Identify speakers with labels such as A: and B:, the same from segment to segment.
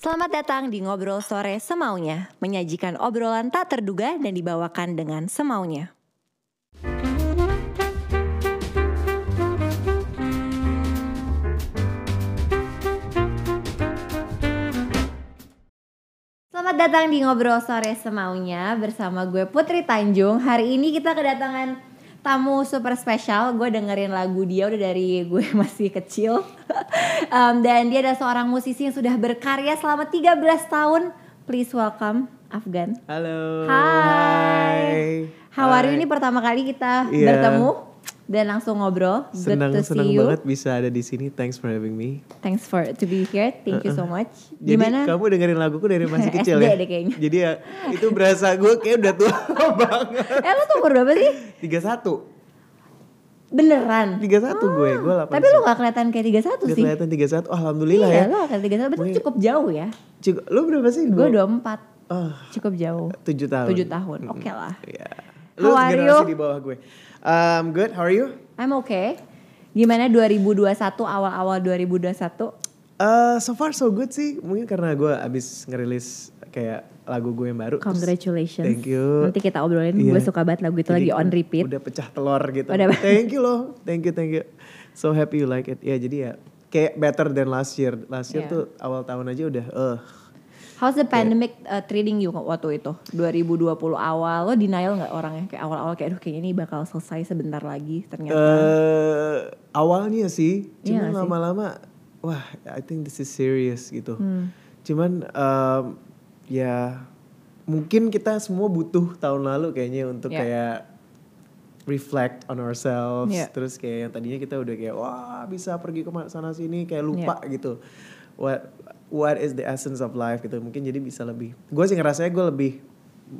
A: Selamat datang di Ngobrol Sore Semaunya, menyajikan obrolan tak terduga dan dibawakan dengan semaunya. Selamat datang di Ngobrol Sore Semaunya bersama gue Putri Tanjung. Hari ini kita kedatangan tamu super spesial. Gue dengerin lagu dia udah dari gue masih kecil. Um, dan dia adalah seorang musisi yang sudah berkarya selama 13 tahun. Please welcome Afgan.
B: Halo. Ah,
A: Hai. How are you? Ini pertama kali kita
B: Iya.
A: bertemu dan langsung ngobrol. Good
B: Senang
A: to
B: senang
A: see you.
B: banget bisa ada di sini. Thanks for having me.
A: Thanks for to be here. Thank you so much.
B: Uh-uh. Jadi
A: Gimana?
B: kamu dengerin laguku dari masih
A: SD
B: kecil ya?
A: deh kayaknya.
B: Jadi ya itu berasa gue kayak udah tua banget.
A: Eh lo tuh umur berapa sih?
B: 31.
A: Beneran. Ah,
B: 31 gue, gue 8.
A: Tapi lu gak kelihatan kayak 31
B: Gak
A: sih.
B: kelihatan 31. Oh, alhamdulillah
A: iya,
B: ya.
A: lo gak kelihatan 31 berarti
B: Gue-
A: cukup jauh ya.
B: Cik, lu berapa sih?
A: Gue 24.
B: Oh,
A: Cukup jauh.
B: 7 tahun.
A: 7 tahun. Oke lah.
B: Iya. Lu
A: How are
B: generasi
A: you?
B: di bawah gue. Um, good, how are you?
A: I'm okay. Gimana 2021 awal-awal 2021?
B: Eh, so far so good sih. Mungkin karena gue abis ngerilis kayak lagu gue yang baru. terus-
A: Congratulations.
B: Thank you.
A: Nanti kita obrolin.
B: Iya.
A: Gue suka banget lagu itu
B: Jadi
A: lagi on repeat.
B: Udah pecah telur gitu.
A: Udah.
B: Thank you loh. Thank you, thank you. So happy you like it. Ya jadi ya kayak better than last year. Last year
A: Iya.
B: tuh awal tahun aja udah eh
A: How's
B: Iya.
A: the pandemic uh, treating you waktu itu? 2020 awal, lo denial nggak orangnya kayak awal-awal kayak aduh kayaknya ini bakal selesai sebentar lagi ternyata.
B: eh, awalnya sih,
A: Gitu. Iya
B: cuman
A: gak sih?
B: lama-lama wah I think this is serious gitu.
A: Hmm.
B: Cuman em, ya mungkin kita semua butuh tahun lalu kayaknya untuk
A: Iya.
B: kayak reflect on ourselves
A: Iya.
B: terus kayak yang tadinya kita udah kayak wah bisa pergi ke sana sini kayak lupa
A: Ya.
B: gitu what what is the essence of life gitu mungkin jadi bisa lebih gue sih ngerasanya gue lebih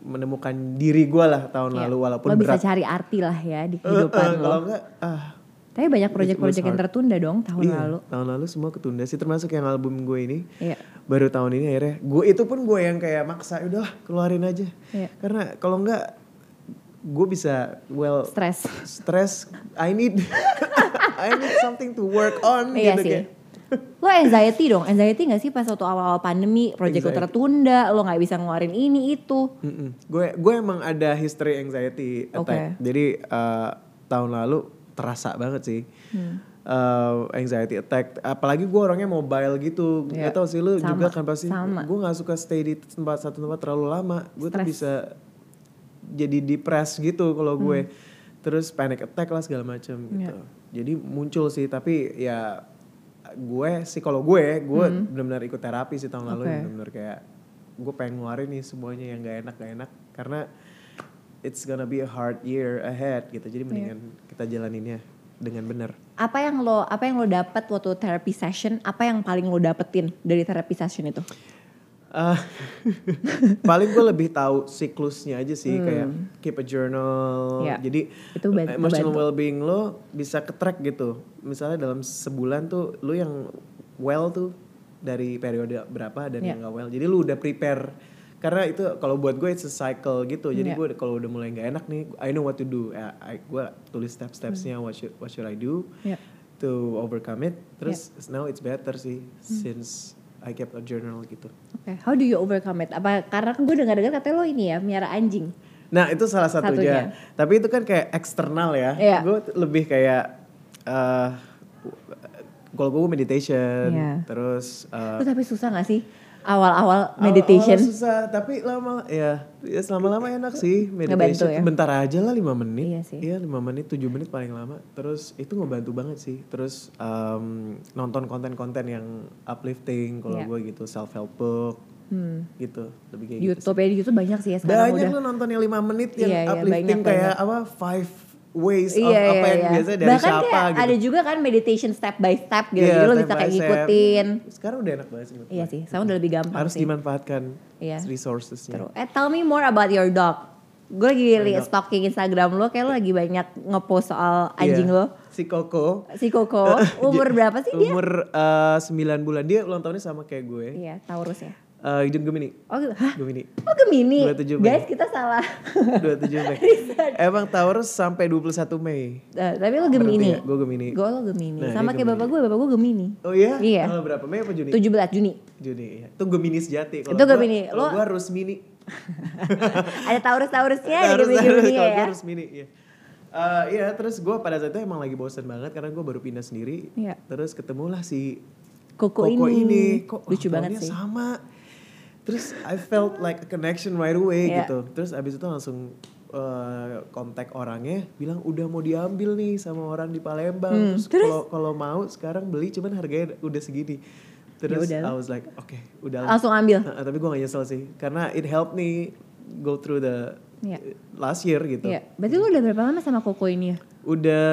B: menemukan diri gue lah tahun
A: Iya.
B: lalu walaupun
A: lo bisa
B: berat
A: cari arti lah ya di
B: Eh, eh,
A: kehidupan lo.
B: kalau enggak ah
A: Tapi banyak
B: It
A: proyek-proyek
B: was
A: yang
B: hard.
A: tertunda dong tahun
B: iya,
A: lalu.
B: tahun lalu semua ketunda sih termasuk yang album gue ini
A: Iya.
B: baru tahun ini akhirnya gue itu pun gue yang kayak maksa "Ya udahlah keluarin aja
A: Iya.
B: karena kalau enggak gue bisa well
A: Stres.
B: stress I need I need something to work on
A: Iya
B: gitu
A: sih.
B: kayak
A: Lo anxiety dong, anxiety gak sih pas waktu awal-awal pandemi, proyek lo
B: Anxiety.
A: tertunda, lo gak bisa ngeluarin ini itu.
B: Mm-mm. gue gue emang ada history anxiety
A: Oke.
B: attack jadi eh, tahun lalu terasa banget sih
A: Hmm.
B: Eh, anxiety attack apalagi gue orangnya mobile gitu
A: Iya.
B: gak tau sih lu
A: Sama,
B: juga kan pasti
A: sama.
B: gue nggak suka stay di tempat satu tempat terlalu lama gue tuh
A: Stres.
B: bisa jadi depressed gitu kalau gue
A: Hmm.
B: terus panic attack lah segala macam
A: Ya.
B: gitu jadi muncul sih tapi ya gue sih kalau gue gue benar-benar ikut terapi sih tahun lalu
A: Hmm. Oke.
B: benar-benar kayak gue pengen ngeluarin nih semuanya yang gak enak gak enak karena it's gonna be a hard year ahead gitu
A: Ya.
B: jadi mendingan kita jalaninnya dengan benar
A: Apa yang lo apa yang lo dapat waktu therapy session? Apa yang paling lo dapetin dari therapy session itu?
B: Ah, paling gue lebih tahu siklusnya aja sih kayak keep a journal
A: Hmm. Iya.
B: jadi eh,
A: Itu ban-
B: emotional
A: bantu.
B: well-being lo bisa ke track gitu misalnya dalam sebulan tuh lo yang well tuh dari periode berapa dan
A: Iya.
B: yang gak well jadi lu udah prepare karena itu kalau buat gue it's a cycle gitu jadi
A: Iya.
B: gue kalau udah mulai nggak enak nih I know what to do Eh, I, gue tulis step-stepsnya what should what should I do
A: Hmm. Iya.
B: to overcome it terus now it's better sih
A: Hmm.
B: since I kept a journal gitu
A: Oke, how do you overcome it? Apa karena kan gue dengar-dengar katanya lo ini ya miara anjing.
B: Nah itu salah satunya. Tapi itu kan kayak eksternal ya.
A: Iya.
B: Gue t- lebih kayak eh kalau gue meditation,
A: Iya.
B: terus eh,
A: Lo tapi susah gak sih awal-awal meditation?
B: awal-awal susah, tapi lama ya, ya lama-lama enak sih
A: Ngebantu
B: meditation.
A: ya?
B: Bentar aja lah 5 menit.
A: Iya sih.
B: 5 menit, 7 menit paling lama. Terus itu ngebantu banget sih. Terus em, nonton konten-konten yang uplifting
A: Iya.
B: kalau
A: Hmm.
B: gue gitu, self help book gitu, lebih kayak gitu.
A: YouTube ya di YouTube banyak sih ya sekarang
B: Banyak
A: udah.
B: lu nonton yang 5 menit yang
A: Iya, iya,
B: uplifting
A: banyak,
B: kayak apa five ways of
A: Iya, iya,
B: apa yang
A: iya.
B: biasanya dari
A: Bahkan
B: siapa
A: kayak
B: gitu.
A: ada juga kan meditation step by step gitu.
B: Iya,
A: Jadi lo
B: step
A: bisa kayak
B: by step.
A: ngikutin.
B: Sekarang udah enak banget sih. menurut
A: Iya
B: gue.
A: sih, sama udah lebih gampang
B: Harus gitu
A: sih.
B: dimanfaatkan
A: Iya.
B: resourcesnya.
A: True. Eh, tell me more about your dog. Gue lagi li- stalking Instagram lo, kayak lo lagi banyak ngepost soal anjing
B: Iya.
A: lo.
B: Si Koko.
A: Si Koko, umur berapa sih dia?
B: Umur eh, 9 bulan. Dia ulang tahunnya sama kayak gue.
A: Iya, Taurus ya.
B: Eh Eh, Jun Gemini.
A: Oh gitu. Hah?
B: Gemini.
A: Oh Gemini.
B: 27 Mei.
A: Guys kita salah.
B: 27 Mei. Emang Taurus sampai 21 Mei.
A: Eh, tapi lo Gemini.
B: Gue Gemini.
A: Gue lo Gemini.
B: Nah,
A: Sama
B: dia
A: kayak bapak gue, bapak gue Gemini.
B: Oh iya?
A: Iya.
B: Tanggal berapa Mei apa Juni?
A: 17 Juni.
B: Juni. ya. Itu Gemini sejati.
A: Itu
B: Kalau gua-
A: Gemini.
B: Kalau
A: Lo-
B: gue Rusmini.
A: ada Taurus-Taurusnya, ada
B: Harus- harus-
A: Gemini-Gemininya
B: kalau
A: Iya, ya.
B: gua Rusmini. Iya. Eh, iya, terus gue pada saat itu emang lagi bosen banget karena gue baru pindah sendiri.
A: Iya.
B: Terus ketemulah si
A: Koko,
B: Koko
A: ini.
B: ini. Kok
A: lucu
B: tahunnya
A: banget sih.
B: sama. Terus I felt like a connection right away
A: Iya.
B: gitu. Terus abis itu langsung eh, kontak orangnya bilang udah mau diambil nih sama orang di Palembang.
A: Hmm,
B: Terus
A: terus?
B: kalau kalau mau sekarang beli cuman harganya udah segini. Terus
A: Yaudah.
B: I was like oke udah lah."
A: Langsung ambil.
B: Heeh, tapi gue gak nyesel sih karena it helped me go through the
A: Iya.
B: last year gitu.
A: Iya. Berarti lu udah berapa lama sama Koko ini ya?
B: Udah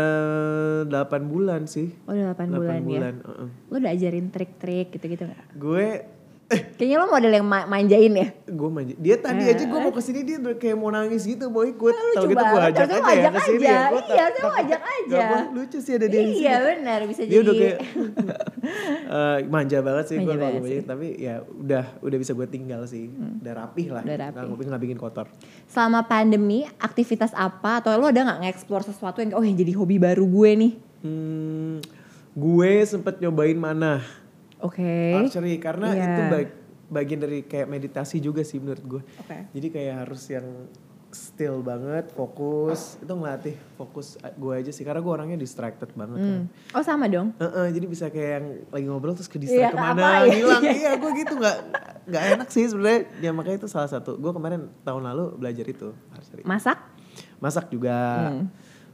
B: 8 bulan sih.
A: Oh, udah 8,
B: 8
A: bulan,
B: bulan.
A: ya.
B: heeh.
A: Lu udah ajarin trik-trik gitu-gitu gak?
B: Gue
A: Kayaknya lo model yang ma- manjain ya?
B: gue manja. Dia tadi aja gue
A: Eh.
B: mau kesini dia udah kayak mau nangis gitu mau ikut.
A: Lucu
B: Kalau gitu gue
A: banget,
B: ajak
A: harusnya Eh,
B: aja
A: lu
B: ya
A: ajak
B: kesini
A: aja.
B: ya. Gua
A: Iya,
B: tak-
A: harusnya lu
B: takut-
A: ajak aja.
B: Gak boleh, lucu sih ada dia di sini.
A: Iya benar bisa
B: Dia
A: jadi.
B: udah kayak eh, manja banget sih gue
A: Manja
B: kalau
A: banget Hmm.
B: manja, tapi ya udah udah bisa gue tinggal sih. Udah rapih lah.
A: Udah
B: Nggak-
A: rapih.
B: nggak bikin kotor.
A: Selama pandemi aktivitas apa atau lo ada nggak nge-explore sesuatu yang oh yang jadi hobi baru gue nih?
B: Hmm, gue sempet nyobain mana
A: Oke.
B: archery karena
A: Iya.
B: itu bag- bagian dari kayak meditasi juga sih menurut gue.
A: Oke.
B: Jadi kayak harus yang still banget, fokus. Itu ngelatih fokus eh, gue aja sih karena gue orangnya distracted banget. kan.
A: Oh sama dong.
B: Heeh, jadi bisa kayak yang lagi ngobrol terus ke
A: Iya,
B: distract
A: apa,
B: kemana
A: iya.
B: hilang iya gue gitu nggak nggak enak sih sebenarnya ya makanya itu salah satu gue kemarin tahun lalu belajar itu archery
A: Masak?
B: masak juga
A: Hmm.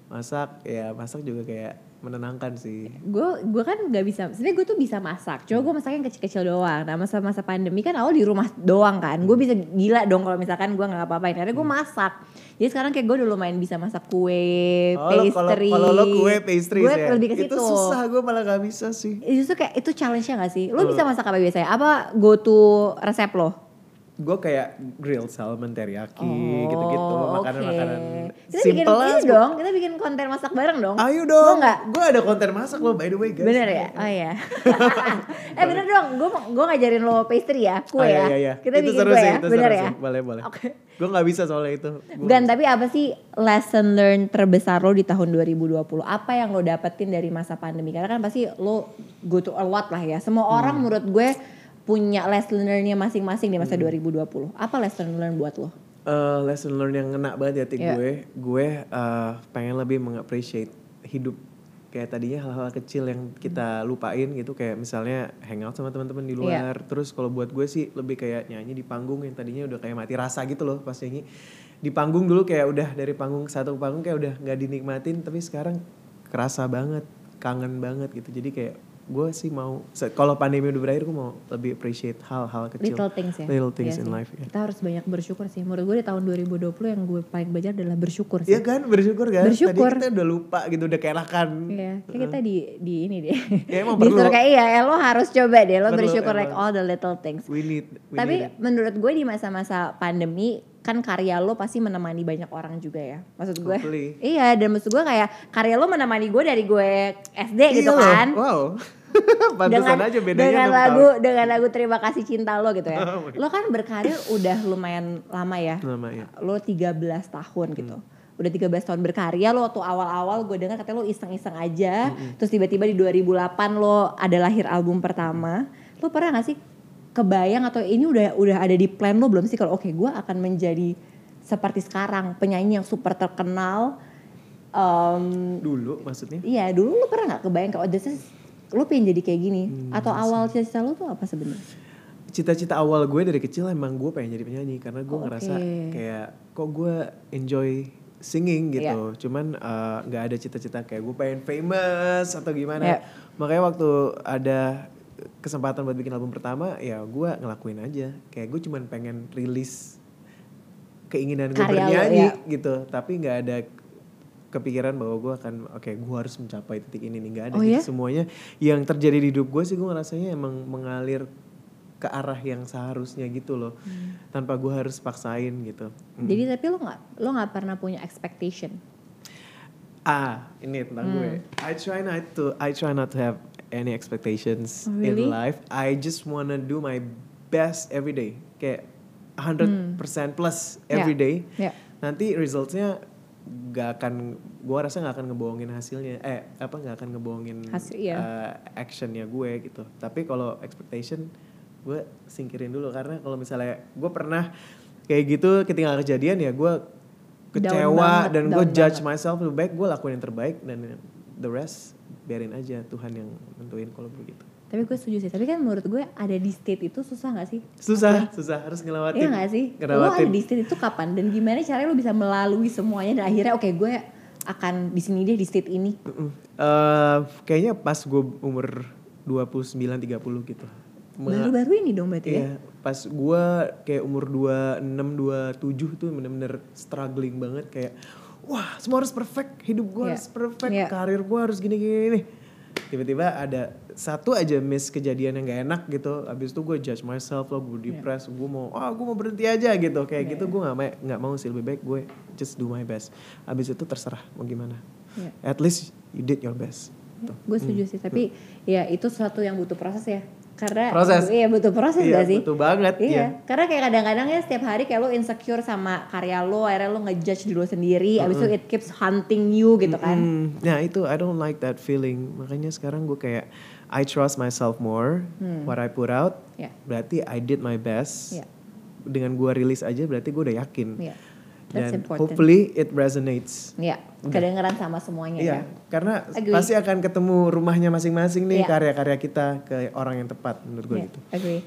B: masak ya masak juga kayak menenangkan sih
A: Gue gue kan nggak bisa. Sebenarnya gue tuh bisa masak. Cuma gue masaknya yang kecil-kecil doang. Nah masa-masa pandemi kan awal di rumah doang kan. Gue bisa gila dong kalau misalkan gue nggak apa-apain. Karena
B: Hmm.
A: gue masak. Jadi sekarang kayak gue udah lumayan bisa masak kue,
B: Oh, lo- kalau-
A: pastry.
B: Kalau lo kue pastry
A: Gue
B: ya.
A: lebih ke situ.
B: Itu susah Hmm. gue malah gak bisa sih.
A: Eh, Justru kayak itu challenge-nya gak sih? Lo bisa masak apa biasanya? Apa go to resep lo?
B: Gue kayak grilled salmon teriyaki
A: Oh,
B: gitu-gitu makanan-makanan
A: oke. Kita bikin
B: simple lah.
A: ini dong, kita bikin konten masak bareng dong.
B: Ayo
A: Lo
B: dong.
A: nggak?
B: Gue ada konten masak lo by the way guys.
A: Bener ya? Oh iya. eh bener dong, gue gue ngajarin lo pastry ya, kue
B: Ah,
A: ya.
B: iya, iya.
A: Kita
B: itu
A: bikin
B: seru
A: kue
B: sih,
A: ya,
B: itu
A: bener
B: seru
A: ya.
B: Sih. Boleh, boleh.
A: Oke.
B: Gue gak bisa soalnya itu. Gua-
A: Gan, tapi apa sih lesson learned terbesar lo di tahun 2020? Apa yang lo dapetin dari masa pandemi? Karena kan pasti lo go to a lot lah ya. Semua orang
B: Hmm.
A: menurut gue punya lesson learn-nya masing-masing di
B: Hmm.
A: masa 2020. Apa lesson learned buat lo?
B: Eh, lesson learn yang ngena banget di hati
A: Iya.
B: gue, gue eh, pengen lebih mengappreciate hidup. Kayak tadinya hal-hal kecil yang
A: Hmm.
B: kita lupain gitu, kayak misalnya hangout sama teman-teman
A: Iya.
B: di luar. Terus kalau buat gue sih lebih kayak nyanyi di panggung yang tadinya udah kayak mati rasa gitu loh pas nyanyi. Di panggung dulu kayak udah dari panggung ke satu ke panggung kayak udah nggak dinikmatin, tapi sekarang kerasa banget, kangen banget gitu. Jadi kayak gue sih mau se- kalau pandemi udah berakhir gue mau lebih appreciate hal-hal kecil.
A: Little things ya.
B: Little things
A: Iya
B: in
A: sih.
B: life ya.
A: Kita harus banyak bersyukur sih. Menurut gue di tahun 2020 yang gue paling belajar adalah bersyukur sih.
B: Iya kan bersyukur kan.
A: Bersyukur.
B: Tadi kita udah lupa gitu udah kelakan.
A: Iya, kayak kita di di ini deh.
B: Ya, emang
A: Disuruh
B: perlu.
A: kayak iya, eh, lo harus coba deh, lo
B: Perlu,
A: bersyukur like
B: emang.
A: all the little things.
B: We need. We
A: Tapi
B: need it.
A: menurut gue di masa-masa pandemi kan karya lo pasti menemani banyak orang juga ya. Maksud gue.
B: Hopefully.
A: Iya, dan maksud gue kayak karya lo menemani gue dari gue SD gitu
B: Iya loh,
A: kan.
B: Wow. Pantesan aja bedanya
A: dengan
B: enam
A: lagu
B: tahun. Oh
A: dengan lagu terima kasih cinta lo gitu ya. lo kan berkarir udah lumayan lama ya.
B: Lama, ya.
A: Lo 13 tahun gitu.
B: Hmm.
A: Udah 13 tahun berkarya lo waktu awal-awal gue dengar katanya lo iseng-iseng aja.
B: Hmm.
A: Terus tiba-tiba di 2008 lo ada lahir album pertama.
B: Hmm.
A: Lo pernah gak sih kebayang atau ini udah udah ada di plan lo belum sih kalau oke gue akan menjadi seperti sekarang penyanyi yang super terkenal Em
B: Dulu maksudnya.
A: Iya, dulu lu pernah nggak kebayang kalau this is lu pengen jadi kayak gini
B: Hmm,
A: atau
B: iya
A: awal cita-cita lu tuh apa sebenarnya?
B: Cita-cita awal gue dari kecil emang gue pengen jadi penyanyi karena gue
A: Oh,
B: ngerasa
A: oke.
B: kayak kok gue enjoy singing gitu.
A: Iya.
B: Cuman eh, nggak ada cita-cita kayak gue pengen famous atau gimana.
A: Iya.
B: Makanya waktu ada kesempatan buat bikin album pertama ya gue ngelakuin aja. Kayak gue cuman pengen rilis keinginan gue
A: Karya lo,
B: bernyanyi
A: iya.
B: gitu tapi nggak ada kepikiran bahwa gue akan oke gue harus mencapai titik ini nih nggak ada
A: Oh,
B: gitu Jadi
A: iya?
B: semuanya yang terjadi di hidup gue sih gue ngerasanya emang mengalir ke arah yang seharusnya gitu loh
A: Hmm.
B: tanpa gue harus paksain gitu
A: Jadi tapi lu nggak lu nggak pernah punya expectation.
B: ah ini tentang gue
A: Hmm.
B: I try not to I try not to have any expectations
A: Oh, really?
B: in life I just wanna do my best every day kayak
A: Hmm.
B: 100% plus every
A: Ya.
B: day
A: Ya.
B: nanti resultsnya gak akan gua rasa gak akan ngebohongin hasilnya eh apa gak akan ngebohongin
A: Hasil, iya.
B: eh, actionnya gue gitu tapi kalau expectation gue singkirin dulu karena kalau misalnya gue pernah kayak gitu ketinggalan kejadian ya gue kecewa
A: banget,
B: dan gue
A: down
B: judge myself lebih baik gue lakuin yang terbaik dan the rest biarin aja Tuhan yang nentuin kalau begitu
A: Tapi gue setuju sih. Tapi kan menurut gue ada di state itu susah gak sih?
B: susah susah harus ngelewatin
A: Iya gak sih? Lo ada
B: ngelewatin
A: di state itu kapan? Dan gimana caranya lo bisa melalui semuanya dan akhirnya oke gue akan di sini deh di state ini.
B: Mm-mm. Eh, kayaknya pas gue umur 29-30 gitu. Me-
A: Baru-baru ini dong berarti ya?
B: Iya, pas gue kayak umur 26-27 tuh bener-bener struggling banget kayak wah semua harus perfect, hidup
A: Iya.
B: gue harus perfect,
A: Iya.
B: karir gue harus gini-gini. Tiba-tiba ada satu aja miss kejadian yang gak enak gitu. Abis itu gue judge myself lah,
A: Iya.
B: gue depressed, gue mau, ah gue mau berhenti aja gitu. Kayak gitu gue gak, ma- gak mau sih, lebih baik gue just do my best. Abis itu terserah mau gimana.
A: Iya.
B: At least you did your best. Gitu.
A: Gue setuju sih. Tapi ya itu sesuatu yang butuh proses ya. Karena
B: Proses.
A: Iya butuh proses
B: Iya,
A: gak sih?
B: butuh banget.
A: Iya,
B: iya.
A: karena kayak kadang-kadang ya setiap hari kayak lo insecure sama karya lo, akhirnya lo ngejudge diri lo sendiri, abis itu it keeps hunting you gitu kan.
B: Mm, nah itu I don't like that feeling. Makanya sekarang gue kayak I trust myself more. What I put out,
A: Hmm. Ya.
B: berarti I did my best.
A: Ya.
B: Dengan gue rilis aja berarti gue udah yakin.
A: Iya. That's
B: Dan
A: important.
B: hopefully it resonates.
A: Iya, kedengeran sama semuanya
B: Iya,
A: ya.
B: karena
A: Agree.
B: pasti akan ketemu rumahnya masing-masing nih
A: Iya.
B: karya-karya kita ke orang yang tepat menurut gue
A: Iya,
B: gitu.
A: agree.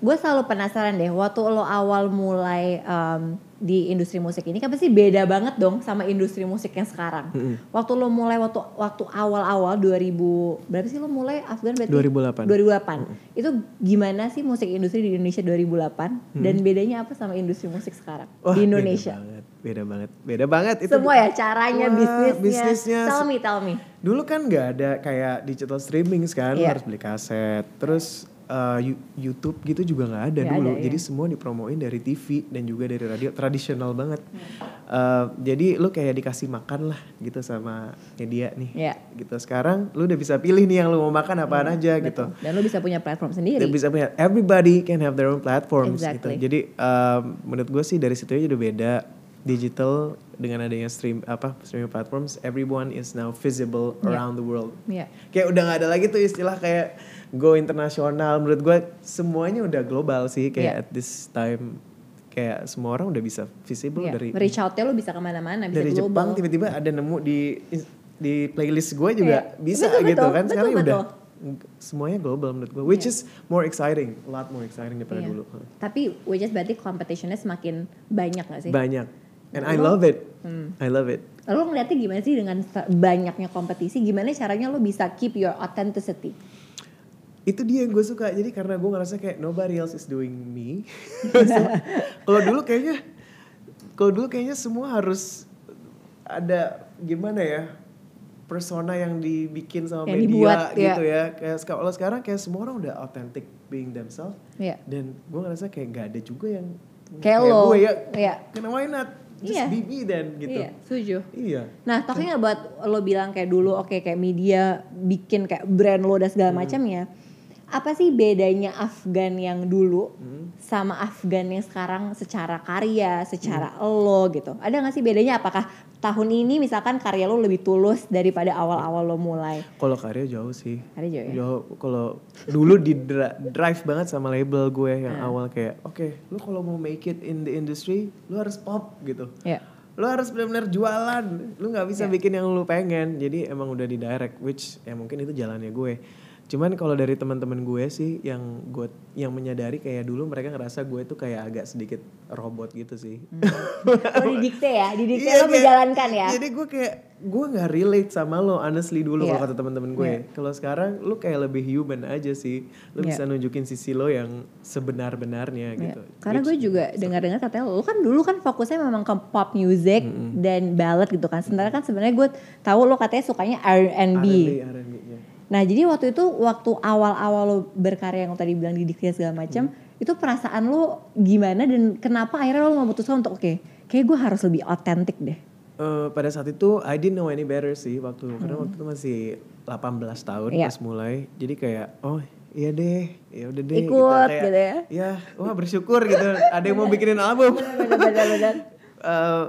A: Gue selalu penasaran deh, waktu lo awal mulai em, di industri musik ini kan pasti beda banget dong sama industri musik yang sekarang.
B: Hmm.
A: Waktu lo mulai waktu waktu awal-awal 2000 berapa sih lo mulai Afgan berarti?
B: 2008. Hmm.
A: 2008. Itu gimana sih musik industri di Indonesia 2008 dan bedanya apa sama industri musik sekarang
B: Hmm. Wah,
A: di Indonesia?
B: Beda banget, beda banget, beda banget. Itu
A: Semua ya caranya,
B: Wah,
A: bisnisnya.
B: bisnisnya.
A: Tell me, tell me.
B: Dulu kan nggak ada kayak digital streaming kan, lu
A: Iya.
B: harus beli kaset. Terus uh, Yu- YouTube gitu juga nggak ada
A: Nggak
B: dulu.
A: ada, iya.
B: Jadi semua dipromoin dari TV dan juga dari radio. Tradisional banget.
A: Iya.
B: Uh, jadi lu kayak dikasih makan lah gitu sama media nih.
A: Iya. Hmm,
B: Gitu sekarang lu udah bisa pilih nih yang lu mau makan apaan aja gitu.
A: Betul. Dan lo bisa punya platform sendiri.
B: Dia bisa punya everybody can have their own platforms
A: Exactly.
B: gitu. Jadi um, menurut gue sih dari situ aja udah beda digital dengan adanya stream apa streaming platforms everyone is now visible around the world.
A: Iya.
B: Kayak udah nggak ada lagi tuh istilah kayak go internasional. Menurut gue semuanya udah global sih kayak
A: Iya.
B: at this time kayak semua orang udah bisa visible
A: Iya,
B: dari
A: reach out-nya lo bisa kemana-mana, bisa
B: dari
A: global.
B: Jepang tiba-tiba ada nemu di di playlist gue juga
A: Iya.
B: bisa
A: Betul,
B: gitu
A: betul,
B: kan
A: betul,
B: sekarang
A: betul.
B: udah semuanya global menurut gue which is more exciting a lot more exciting daripada
A: Iya.
B: dulu
A: Tapi which is berarti competitionnya semakin banyak gak sih? Hmm.
B: banyak and I love it I love it
A: Lalu lo ngeliatnya gimana sih dengan se- banyaknya kompetisi? Gimana caranya lo bisa keep your authenticity?
B: itu dia yang gue suka jadi karena gue ngerasa kayak nobody else is doing me So, kalau dulu kayaknya kalau dulu kayaknya semua harus ada gimana ya persona yang dibikin sama
A: Yang
B: media
A: dibuat, ya.
B: gitu ya kayak seka- kalau sekarang kayak semua orang udah authentic being themselves
A: Iya.
B: dan gue ngerasa kayak nggak ada juga yang
A: Kayak lo.
B: gue ya
A: Iya.
B: Kenapa why not just
A: Iya.
B: be me then gitu
A: Iya, setuju.
B: iya
A: Nah, talking about lo bilang kayak dulu oke kayak media bikin kayak brand lo dan segala
B: Hmm.
A: macamnya. Apa sih bedanya Afgan yang dulu
B: Hmm.
A: sama Afgan yang sekarang secara karya, secara
B: Hmm.
A: lo gitu? Ada gak sih bedanya apakah tahun ini misalkan karya lo lebih tulus daripada awal-awal lo mulai?
B: Kalau karya jauh sih.
A: Karya jauh ya?
B: kalau dulu di dra- drive banget sama label gue yang awal kayak, oke, lu kalau mau make it in the industry, lu harus pop gitu.
A: Iya.
B: Lu harus benar-benar jualan. Lu nggak bisa bikin yang lu pengen. Jadi emang udah di direct which ya mungkin itu jalannya gue. Cuman kalau dari teman-teman gue sih yang gue yang menyadari kayak dulu mereka ngerasa gue tuh kayak agak sedikit robot gitu sih.
A: Lo didikte ya, didikte
B: Iya,
A: lo
B: kayak-
A: menjalankan ya.
B: Jadi gue kayak gue nggak relate sama lo honestly dulu kalau
A: Iya.
B: kata teman-teman gue. Kalau sekarang lo kayak lebih human aja sih. Lo
A: Iya.
B: bisa nunjukin sisi lo yang sebenar-benarnya gitu.
A: Karena gue juga dengar-dengar katanya lu kan dulu kan fokusnya memang ke pop music dan ballad gitu kan. Sementara kan sebenarnya gue tahu lo katanya sukanya R&B.
B: R&B nya.
A: Nah, jadi waktu itu waktu awal-awal lo berkarya yang lo tadi bilang di Dikti segala macam,
B: Mm.
A: itu perasaan lo gimana dan kenapa akhirnya lo memutuskan untuk oke, kayak gue harus lebih otentik deh.
B: Eh, pada saat itu I didn't know any better sih waktu karena waktu itu masih 18 tahun
A: Hmm. Iya.
B: pas mulai. Jadi kayak oh iya deh ya udah deh
A: Ikut, gitu ya.
B: ya wah bersyukur gitu ada yang mau bikinin album
A: Bener-bener.
B: Eh,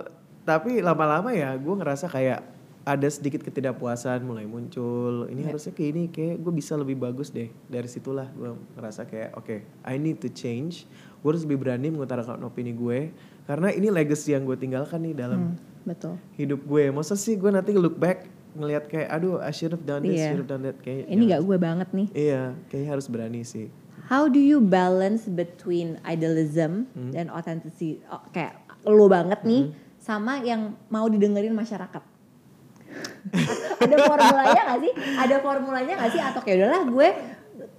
B: tapi lama-lama ya gue ngerasa kayak ada sedikit ketidakpuasan mulai muncul
A: Iya.
B: ini harusnya kayak ini kayak gue bisa lebih bagus deh dari situlah gue ngerasa kayak oke I need to change gue harus lebih berani mengutarakan opini gue karena ini legacy yang gue tinggalkan nih
A: Hmm.
B: dalam
A: Betul.
B: hidup gue masa sih gue nanti look back ngelihat kayak aduh I should have done this
A: Iya.
B: should have done that kayak
A: Ini nggak gue banget nih.
B: iya kayaknya harus berani sih
A: How do you balance between idealism
B: Hmm.
A: dan authenticity oh, kayak lo banget nih sama yang mau didengerin masyarakat? ada formulanya gak sih? Ada formulanya gak sih? Atau kayak udahlah gue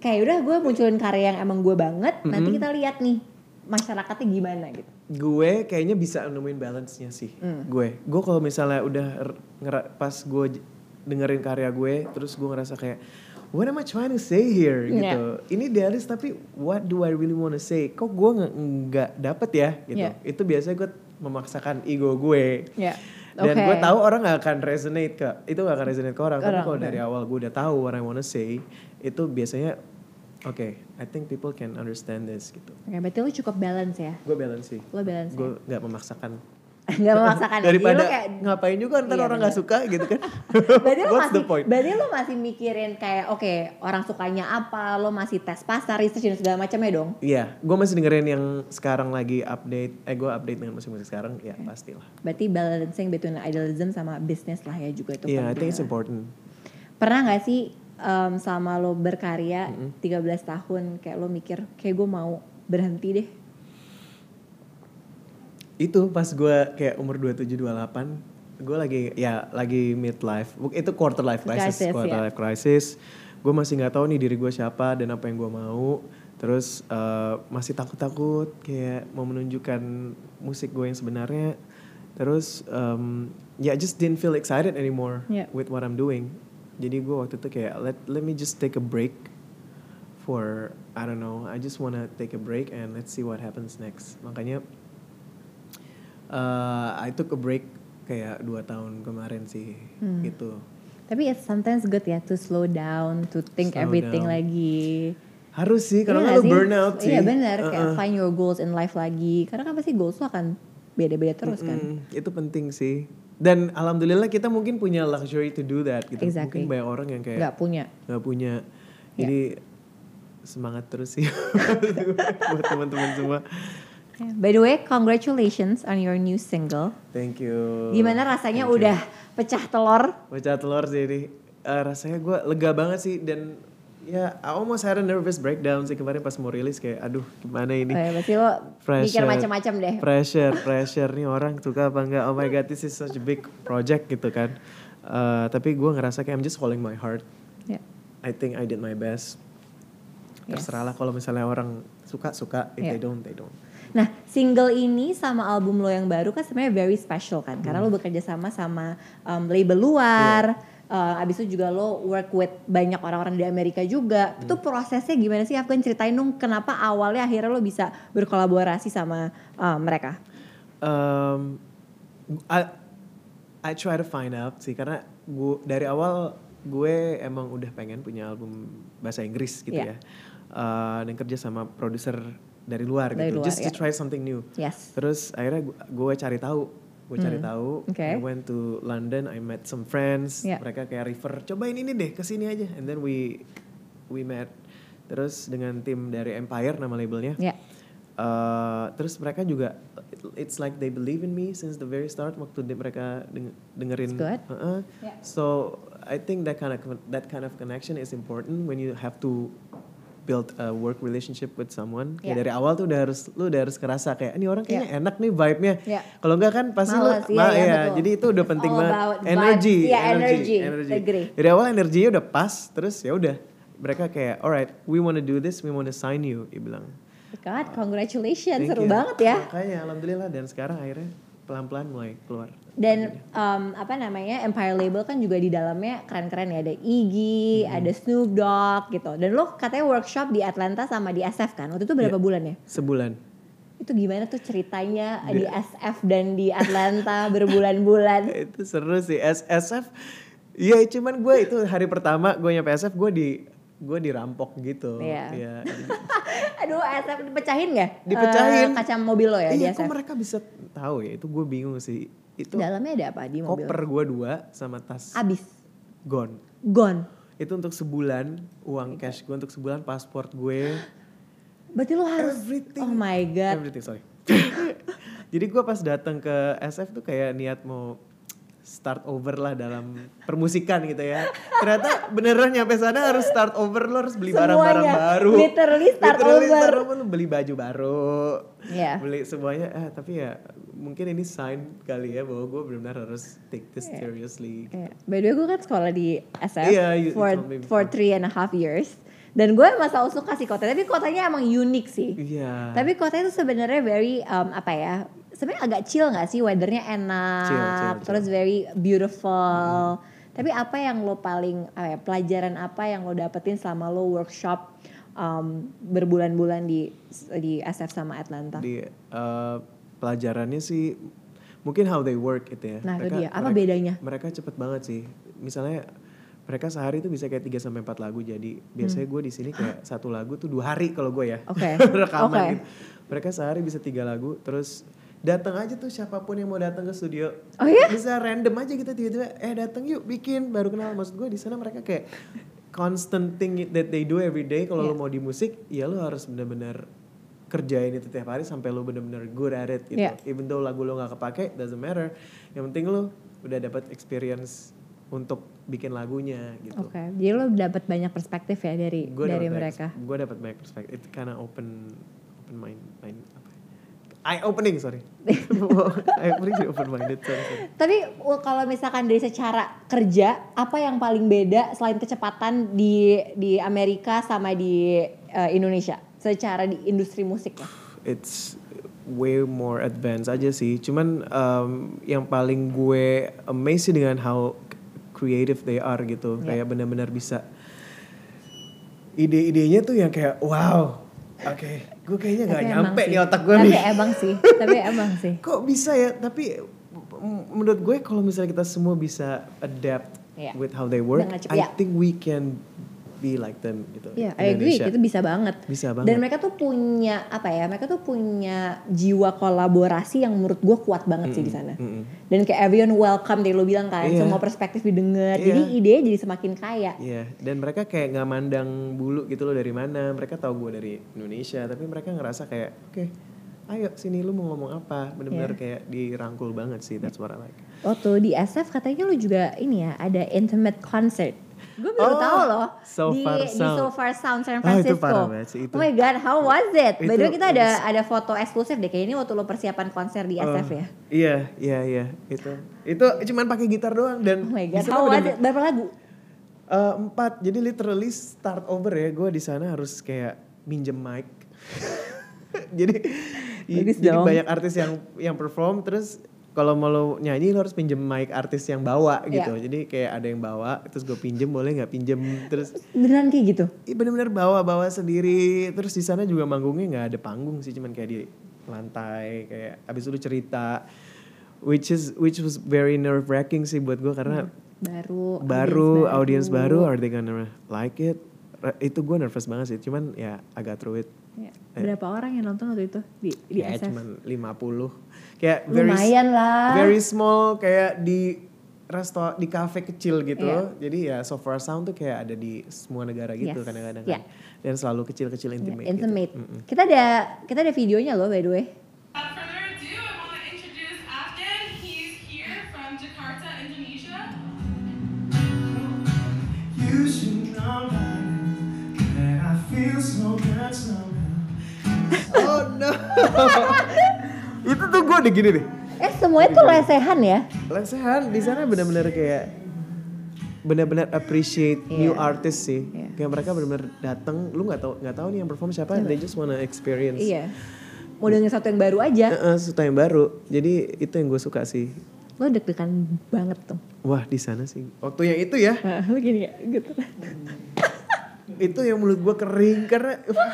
A: kayak udah gue munculin karya yang emang gue banget. Nanti
B: Hmm.
A: kita lihat nih masyarakatnya gimana gitu.
B: gue kayaknya bisa nemuin balance-nya sih
A: Hmm.
B: gue gue kalau misalnya udah r- ngera- pas gue j- dengerin karya gue terus gue ngerasa kayak what am I trying to say here gitu ini idealis tapi what do I really want to say kok gue nge- nggak dapet ya gitu
A: Yeah.
B: itu biasanya gue memaksakan ego gue
A: Ya. Oke.
B: dan gue tahu orang nggak akan resonate ke itu nggak akan resonate ke orang,
A: Orang,
B: tapi kalau dari awal gue udah tahu what I wanna say itu biasanya oke I think people can understand this gitu
A: Oke, berarti lo cukup balance ya.
B: gue balance sih
A: Lo balance.
B: gue nggak memaksakan
A: Gak memaksakan. ya. Jadi
B: daripada
A: lo kayak Iya,
B: ngapain juga ntar orang nggak suka gitu kan
A: Berarti lo
B: what's
A: masih,
B: the point
A: berarti lo masih mikirin kayak oke orang sukanya apa, lo masih tes pasar, research dan segala macamnya dong.
B: Iya, gue masih dengerin yang sekarang lagi update. Eh, gue update dengan musik-musik sekarang,
A: Iya.
B: ya pastilah.
A: Berarti balancing between idealism sama bisnis lah ya juga itu
B: Iya, I
A: penting.
B: think it's important.
A: Pernah nggak sih em, selama lo berkarya 13 tahun kayak lo mikir kayak gue mau berhenti deh.
B: Itu pas gue kayak umur 27-28, gue lagi ya lagi midlife. Buk- Itu quarter life crisis,
A: Crisis,
B: quarter
A: ya.
B: life crisis. Gue masih nggak tahu nih diri gue siapa dan apa yang gue mau. Terus eh, masih takut-takut kayak mau menunjukkan musik gue yang sebenarnya. Terus em, ya just didn't feel excited anymore
A: Yeah.
B: with what I'm doing. Jadi gue waktu itu kayak let let me just take a break for I don't know. I just wanna take a break and let's see what happens next. Makanya eh, I took a break kayak dua tahun kemarin sih gitu.
A: Tapi it's sometimes good ya to slow down, to think
B: Slow
A: everything
B: down.
A: lagi.
B: Harus sih kalau
A: Iya
B: nggak
A: nggak
B: lu burnout sih. Uh-uh.
A: Iya benar, kayak
B: Heeh.
A: find your goals in life lagi. Karena kan pasti goals lo akan beda-beda terus kan.
B: Mm, itu penting sih. Dan alhamdulillah kita mungkin punya luxury to do that gitu.
A: Exactly. Iya.
B: Mungkin banyak orang yang kayak
A: Gak punya.
B: nggak punya jadi semangat terus sih buat teman-teman semua
A: By the way, congratulations on your new single.
B: thank you
A: Gimana rasanya
B: Oh, Thank you.
A: udah pecah telur?
B: pecah telur sih ini Eh, rasanya gue lega banget sih dan ya I almost had a nervous breakdown sih kemarin pas mau rilis kayak aduh gimana ini
A: Eh, pasti lo mikir
B: Pressure.
A: macam-macam deh.
B: pressure pressure nih orang suka apa enggak oh my god this is such a big project gitu kan Eh, tapi gue ngerasa kayak I'm just following my heart
A: Ya.
B: I think I did my best terserahlah kalau misalnya orang suka suka if
A: Yeah.
B: they don't they don't
A: Nah, single ini sama album lo yang baru kan sebenarnya very special kan, karena lo
B: Hmm.
A: bekerja sama sama um, label luar.
B: Iya.
A: eh, abis itu juga lo work with banyak orang-orang di Amerika juga.
B: Hmm.
A: Itu prosesnya gimana sih? Afgan ceritain dong kenapa awalnya akhirnya lo bisa berkolaborasi sama eh, mereka.
B: um, I I try to find out sih karena gua dari awal gue emang udah pengen punya album bahasa Inggris gitu
A: Iya.
B: ya Uh, dan kerja sama produser dari luar
A: Dari
B: gitu
A: luar,
B: just
A: ya.
B: to try something new
A: Yes.
B: terus akhirnya gu- gue cari tahu gue cari
A: Hmm.
B: tahu
A: Okay.
B: I went to London I met some friends
A: Yeah.
B: mereka kayak refer cobain ini deh kesini aja and then we we met terus dengan tim dari Empire nama labelnya
A: Ya.
B: Uh, terus mereka juga it's like they believe in me since the very start waktu di- mereka deng- dengerin
A: It's good.
B: Uh-uh.
A: Yeah.
B: so I think that kind of con- that kind of connection is important when you have to build a work relationship with someone kayak
A: Yeah.
B: dari awal tuh udah harus lu udah harus kerasa kayak ini orang kayaknya
A: Yeah.
B: enak nih vibe-nya
A: Yeah.
B: kalau enggak kan pasti lu
A: Males, iya,
B: ma-
A: iya,
B: ya,
A: betul.
B: jadi itu udah
A: It's
B: penting
A: all
B: banget
A: about vibes.
B: energy,
A: Yeah, energy. Agree.
B: dari awal energinya udah pas terus ya udah mereka kayak alright we wanna do this we wanna sign you dia bilang
A: God, congratulations.
B: Thank
A: Seru
B: you.
A: banget ya.
B: Makanya alhamdulillah dan sekarang akhirnya pelan-pelan mulai keluar. Iya.
A: Dan um, apa namanya Empire Label kan juga di dalamnya keren-keren ya ada Iggy,
B: Mm-hmm.
A: ada Snoop Dogg gitu. Dan lo katanya workshop di Atlanta sama di SF kan? Waktu itu berapa
B: Iya.
A: bulan ya?
B: Sebulan.
A: Itu gimana tuh ceritanya di
B: Di-
A: SF dan di Atlanta berbulan-bulan?
B: Itu seru sih S- SF. Iya cuman gue itu hari pertama gue nyampe SF gue di gue dirampok gitu.
A: Iya.
B: Iya.
A: Aduh, asap dipecahin nggak?
B: Dipecahin.
A: Eh, kaca mobil lo ya
B: Iya,
A: biasa.
B: kok mereka bisa tahu ya? Itu gue bingung sih. Itu
A: Dalamnya ada apa di mobil? Ah.
B: koper gue dua sama tas
A: Abis.
B: gone.
A: Gone.
B: Itu untuk sebulan uang
A: Iya.
B: cash gue untuk sebulan paspor gue.
A: Berarti lo harus
B: Everything.
A: Oh my god.
B: Everything, sorry. Jadi gue pas datang ke SF tuh kayak niat mau start over lah dalam permusikan gitu ya. Ternyata beneran nyampe sana harus start over, lo harus beli
A: Semuanya.
B: barang-barang baru.
A: Literally start over.
B: start lo beli baju baru.
A: Iya.
B: Beli semuanya, eh tapi ya mungkin ini sign kali ya bahwa gue benar-benar harus take this seriously.
A: Iya. By the way gue kan sekolah di SF
B: Iya, you- you
A: for
B: told me
A: for
B: before.
A: three and a half years. Dan gue emang selalu suka sih kota, tapi kotanya emang unik sih.
B: Iya.
A: Tapi kota itu sebenarnya very um, apa ya? Sebenarnya agak chill nggak sih? Weathernya enak,
B: Chill, chill, Mm-hmm. chill.
A: terus very beautiful. Tapi apa yang lo paling apa ya, pelajaran apa yang lo dapetin selama lo workshop um, berbulan-bulan di di SF sama Atlanta?
B: Di eh, pelajarannya sih mungkin how they work gitu ya.
A: Nah, itu
B: Mereka-
A: dia. Apa
B: mereka-
A: bedanya?
B: Mereka cepet banget sih. Misalnya mereka sehari itu bisa kayak 3 sampai 4 lagu. Jadi biasanya gue di sini kayak satu lagu tuh dua hari kalau gue ya.
A: Hmm. Oke.
B: Rekaman
A: Oke.
B: gitu. Mereka sehari bisa tiga lagu terus datang aja tuh siapapun yang mau datang ke studio.
A: Oh iya?
B: Bisa random aja kita tiba-tiba eh datang yuk bikin baru kenal maksud gue di sana mereka kayak constant thing that they do every day
A: Iya.
B: kalau lo mau di musik ya lo harus benar-benar kerjain itu tiap hari sampai lo benar-benar good at it gitu.
A: Iya.
B: Even though lagu lo nggak kepake doesn't matter. Yang penting lo udah dapat experience untuk bikin lagunya gitu.
A: Oke, jadi lo dapat banyak perspektif ya dari
B: Gue
A: dari mereka.
B: Gue dapat banyak perspektif. Itu karena open open mind mind apa? ya? Eye opening sorry. Eye opening sih open minded sorry. sorry.
A: Tapi w- kalau misalkan dari secara kerja, apa yang paling beda selain kecepatan di di Amerika sama di eh, Indonesia? Secara di industri musik ya.
B: It's way more advanced aja sih. Cuman um, yang paling gue amazed sih dengan how creative they are gitu. Kayak benar-benar bisa ide-idenya tuh yang kayak wow. Oke, gue kayaknya nggak
A: Tapi emang
B: nyampe
A: sih.
B: di otak gue
A: Tapi
B: nih.
A: emang sih, tapi emang sih.
B: Kok bisa ya? Tapi m- menurut gue kalau misalnya kita semua bisa adapt
A: Iya.
B: with how they work,
A: Dengan cepat,
B: I
A: iya.
B: think we can be like them gitu.
A: Iya,
B: in
A: I agree.
B: Indonesia.
A: Itu bisa banget.
B: Bisa
A: Dan
B: banget.
A: mereka tuh punya apa ya? Mereka tuh punya jiwa kolaborasi yang menurut gue kuat banget sih di sana. Dan kayak everyone welcome, dari lo bilang kan,
B: Iya.
A: semua perspektif didengar.
B: Iya.
A: Jadi idenya jadi semakin kaya.
B: Iya, dan mereka kayak nggak mandang bulu gitu loh dari mana. Mereka tahu gue dari Indonesia, tapi mereka ngerasa kayak, oke, ayo sini lu mau ngomong apa.
A: Iya.
B: Bener-bener kayak dirangkul banget sih, that's what I like.
A: Waktu di SF katanya lu juga ini ya ada intimate concert. Gue baru
B: Oh,
A: tahu loh
B: So
A: di,
B: Far
A: di
B: Sound.
A: So Far Sound San
B: Ah, itu
A: Francisco.
B: parah banget sih, itu.
A: Oh my god, how was it? By the way
B: Itu-
A: kita ada ada foto eksklusif deh kayak ini waktu lo persiapan konser di SF
B: Oh,
A: ya.
B: Iya, iya, iya, itu. Itu cuman pakai gitar doang dan
A: Oh my god,
B: di kan sana
A: how was
B: bener-bener-
A: it? Berapa lagu?
B: Eh, empat jadi literally start over ya gue di sana harus kayak minjem mic jadi i-
A: Bagus
B: jadi
A: dong.
B: banyak artis yang yang perform terus kalau mau lo nyanyi lo harus pinjem mic artis yang bawa
A: Ya.
B: gitu jadi kayak ada yang bawa terus gue pinjem boleh nggak pinjem terus
A: Beneran kayak gitu.
B: Iya bener-bener bawa-bawa sendiri Terus di sana juga manggungnya nggak ada panggung sih Cuman kayak di lantai Kayak abis itu lu cerita Which is which was very nerve wracking sih buat gue
A: Hmm.
B: Karena
A: Baru
B: baru audience baru are they gonna like it Ra- itu gue nervous banget sih cuman ya agak through it
A: Ya. Berapa orang yang nonton waktu itu di di
B: Eh. ya
A: SF?
B: cuman 50 kayak very s-
A: Lumayan lah. Ya,
B: very small kayak di resto di cafe kecil gitu jadi ya so far sound tuh kayak ada di semua negara gitu
A: Iya. Yes.
B: kadang-kadang
A: Yeah.
B: kan. dan selalu kecil-kecil intimate, gitu.
A: Intimate. Kita ada kita ada videonya loh by the way.
C: Without further ado, I want to introduce Afgan. He's here from Jakarta, Indonesia.
D: You should know by now that I feel so good somehow.
B: oh no itu tuh gue udah gini deh
A: Eh semuanya
B: Iya.
A: tuh lesehan ya.
B: lesehan di sana benar-benar kayak benar-benar appreciate new
A: Iya.
B: artist sih
A: Iya.
B: kayak mereka benar-benar datang lu nggak tahu nggak tahu nih yang perform siapa they just wanna experience
A: Iya. Mau dengerin satu yang baru aja.
B: Heeh, sesuatu yang baru jadi itu yang gue suka sih
A: lo deg-degan banget tuh
B: wah di sana sih waktu yang itu ya
A: lo gini ya gitu
B: itu yang mulut gue kering karena uh,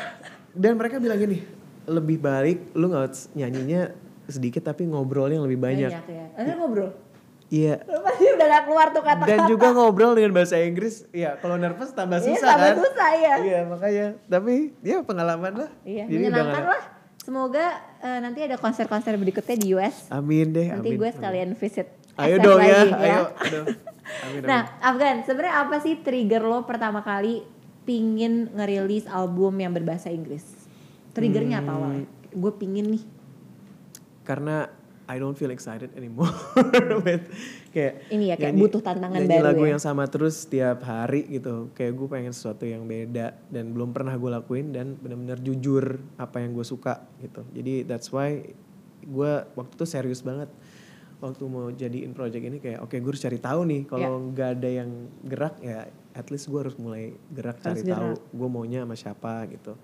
B: dan mereka bilang gini lebih baik lu nggak nyanyinya sedikit tapi ngobrolnya yang lebih banyak
A: ya akhirnya ngobrol
B: Iya.
A: Pasti udah gak keluar tuh kata-kata.
B: Dan juga ngobrol dengan bahasa Inggris, ya kalau nervous tambah
A: Iya,
B: susah
A: tambah
B: kan?
A: susah, iya.
B: Iya makanya. Tapi ya pengalaman lah.
A: Iya,
B: Jadi udah
A: menyenangkan
B: nggak-
A: lah. Semoga eh, nanti ada konser-konser berikutnya di US.
B: Amin deh.
A: Nanti
B: Eh, amin,
A: gue
B: amin.
A: sekalian visit.
B: Ayo
A: SF
B: dong
A: lagi,
B: ya, ayo. Aduh. Amin,
A: Nah, Afgan, sebenarnya apa sih trigger lo pertama kali pingin ngerilis album yang berbahasa Inggris? Triggernya
B: Hmm.
A: apa awalnya? Gue pingin nih
B: karena I don't feel excited anymore with kayak
A: Ini ya, kayak butuh tantangan
B: nyanyi
A: baru
B: lagu
A: ya.
B: yang sama terus tiap hari gitu kayak gue pengen sesuatu yang beda dan belum pernah gue lakuin dan benar-benar jujur apa yang gue suka gitu jadi that's why gue waktu itu serius banget waktu mau jadiin project ini kayak oke gue harus cari tahu nih kalau
A: Ya.
B: nggak ada yang gerak ya at least gue harus mulai gerak
A: Harus
B: cari tahu gue maunya sama siapa gitu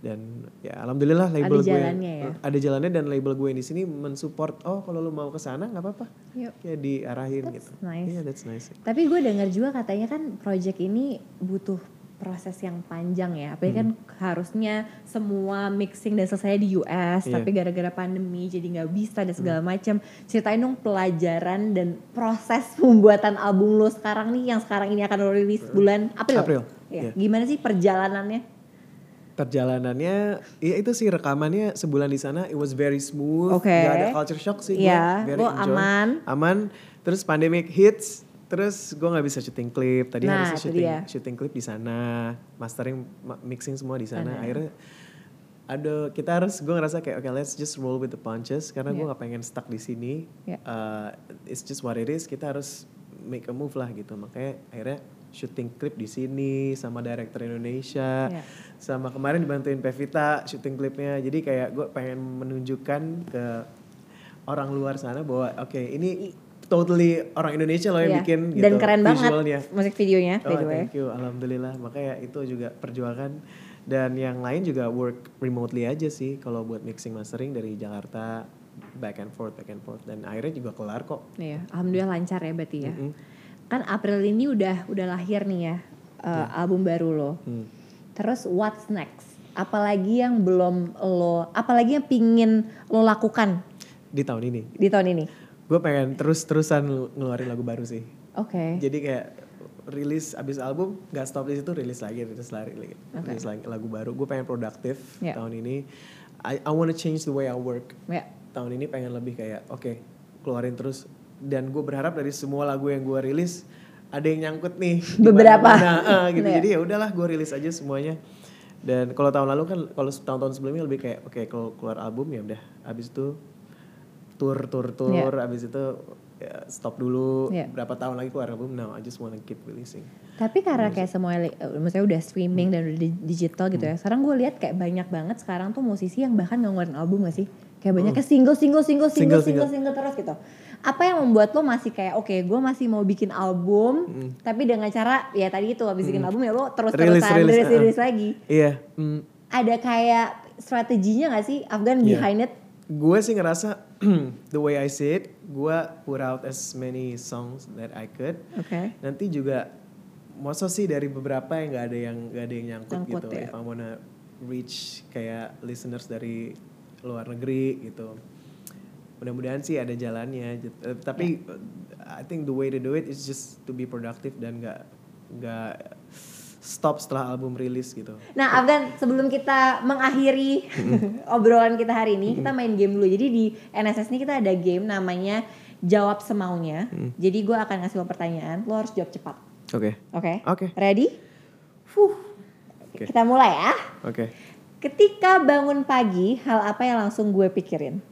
B: dan ya alhamdulillah label gue
A: jalannya ya.
B: ada jalannya dan label gue di sini mensupport oh kalau lu mau ke sana nggak apa-apa
A: Yuk.
B: ya diarahin gitu
A: nice.
B: Iya, that's nice
A: Tapi gue dengar juga katanya kan project ini butuh proses yang panjang ya. Apalagi kan
B: Hmm.
A: harusnya semua mixing dan selesai di US,
B: Iya. Hmm.
A: tapi gara-gara pandemi jadi nggak bisa dan segala macam. Ceritain dong pelajaran dan proses pembuatan album lo sekarang nih yang sekarang ini akan lo rilis bulan April.
B: Hmm. April,
A: Iya.
B: iya.
A: Gimana sih perjalanannya?
B: perjalanannya ya itu sih rekamannya sebulan di sana it was very smooth
A: Oke.
B: Nggak ada culture shock sih
A: Iya,
B: gue very
A: lo
B: enjoy.
A: aman.
B: aman terus pandemic hits terus gue nggak bisa syuting klip tadi
A: Nah,
B: harusnya
A: itu
B: syuting
A: dia.
B: syuting klip di sana mastering ma- mixing semua di sana akhirnya ada kita harus gue ngerasa kayak oke let's just roll with the punches karena gue nggak pengen stuck di sini
A: Iya.
B: Uh, it's just what it is kita harus make a move lah gitu makanya akhirnya syuting klip di sini sama director Indonesia
A: Iya.
B: sama kemarin dibantuin Pevita syuting klipnya jadi kayak gue pengen menunjukkan ke orang luar sana bahwa oke ini totally orang Indonesia loh
A: Iya.
B: yang bikin gitu
A: dan keren banget
B: visualnya.
A: musik videonya by
B: Oh,
A: the way.
B: thank you. Alhamdulillah. Makanya itu juga perjuangan dan yang lain juga work remotely aja sih kalau buat mixing mastering dari Jakarta back and forth back and forth dan akhirnya juga kelar kok.
A: Iya, alhamdulillah lancar ya berarti ya. Kan April ini udah udah lahir nih ya eh, album baru lo.
B: Hmm.
A: Terus what's next? Apalagi yang belum lo, apalagi yang pingin lo lakukan
B: Di tahun ini
A: di tahun ini?
B: gue pengen terus-terusan ngelu- ngeluarin lagu baru sih.
A: Oke.
B: Jadi kayak rilis abis album nggak stop di situ rilis lagi rilis lagi rilis lagi lagu baru. Gue pengen produktif
A: Ya.
B: tahun ini. I I wanna change the way I work.
A: Ya.
B: tahun ini pengen lebih kayak oke keluarin terus dan gue berharap dari semua lagu yang gue rilis ada yang nyangkut nih di
A: Beberapa.
B: mana-mana, eh, gitu
A: Iya.
B: jadi ya udahlah gue rilis aja semuanya dan kalau tahun lalu kan kalau tahun-tahun sebelumnya lebih kayak oke kalau keluar album ya udah abis itu tour tour tour abis itu ya, stop dulu
A: Iya.
B: berapa tahun lagi keluar album now I just wanna keep releasing
A: Tapi karena kayak semuanya, li- eh, maksudnya udah streaming dan udah di- digital gitu ya. Sekarang gue lihat kayak banyak banget sekarang tuh musisi yang bahkan nggak ngeluarin album gak sih? Kayak banyaknya single, single, single, Hmm. single, single, single,
B: Single,
A: terus gitu. Apa yang membuat lo masih kayak, oke gue masih mau bikin album, tapi dengan cara ya tadi itu habis bikin album ya lo terus-terusan Hmm. rilis, eh. rilis,
B: uh-uh.
A: lagi.
B: iya mm,
A: Ada kayak strateginya gak sih Afgan
B: Iya.
A: behind it?
B: gue sih ngerasa the way I see it gue put out as many songs that I could
A: Oke.
B: nanti juga masa sih dari beberapa yang nggak ada yang nggak ada yang nyangkut,
A: Nyangkut
B: gitu
A: ya.
B: if I wanna reach kayak listeners dari luar negeri gitu mudah-mudahan sih ada jalannya J- eh, tapi
A: Ya.
B: eh, I think the way to do it is just to be productive dan nggak nggak stop setelah album rilis gitu
A: Nah Afgan sebelum kita mengakhiri obrolan kita hari ini kita main game dulu. Jadi di NSS ini kita ada game namanya jawab semaunya.
B: Mm.
A: Jadi gue akan ngasih lo pertanyaan, lo harus jawab cepat.
B: oke
A: Oke.
B: Oke.
A: Ready? Fuh.
B: Oke.
A: Kita mulai ya.
B: oke
A: Ketika bangun pagi, hal apa yang langsung gue pikirin?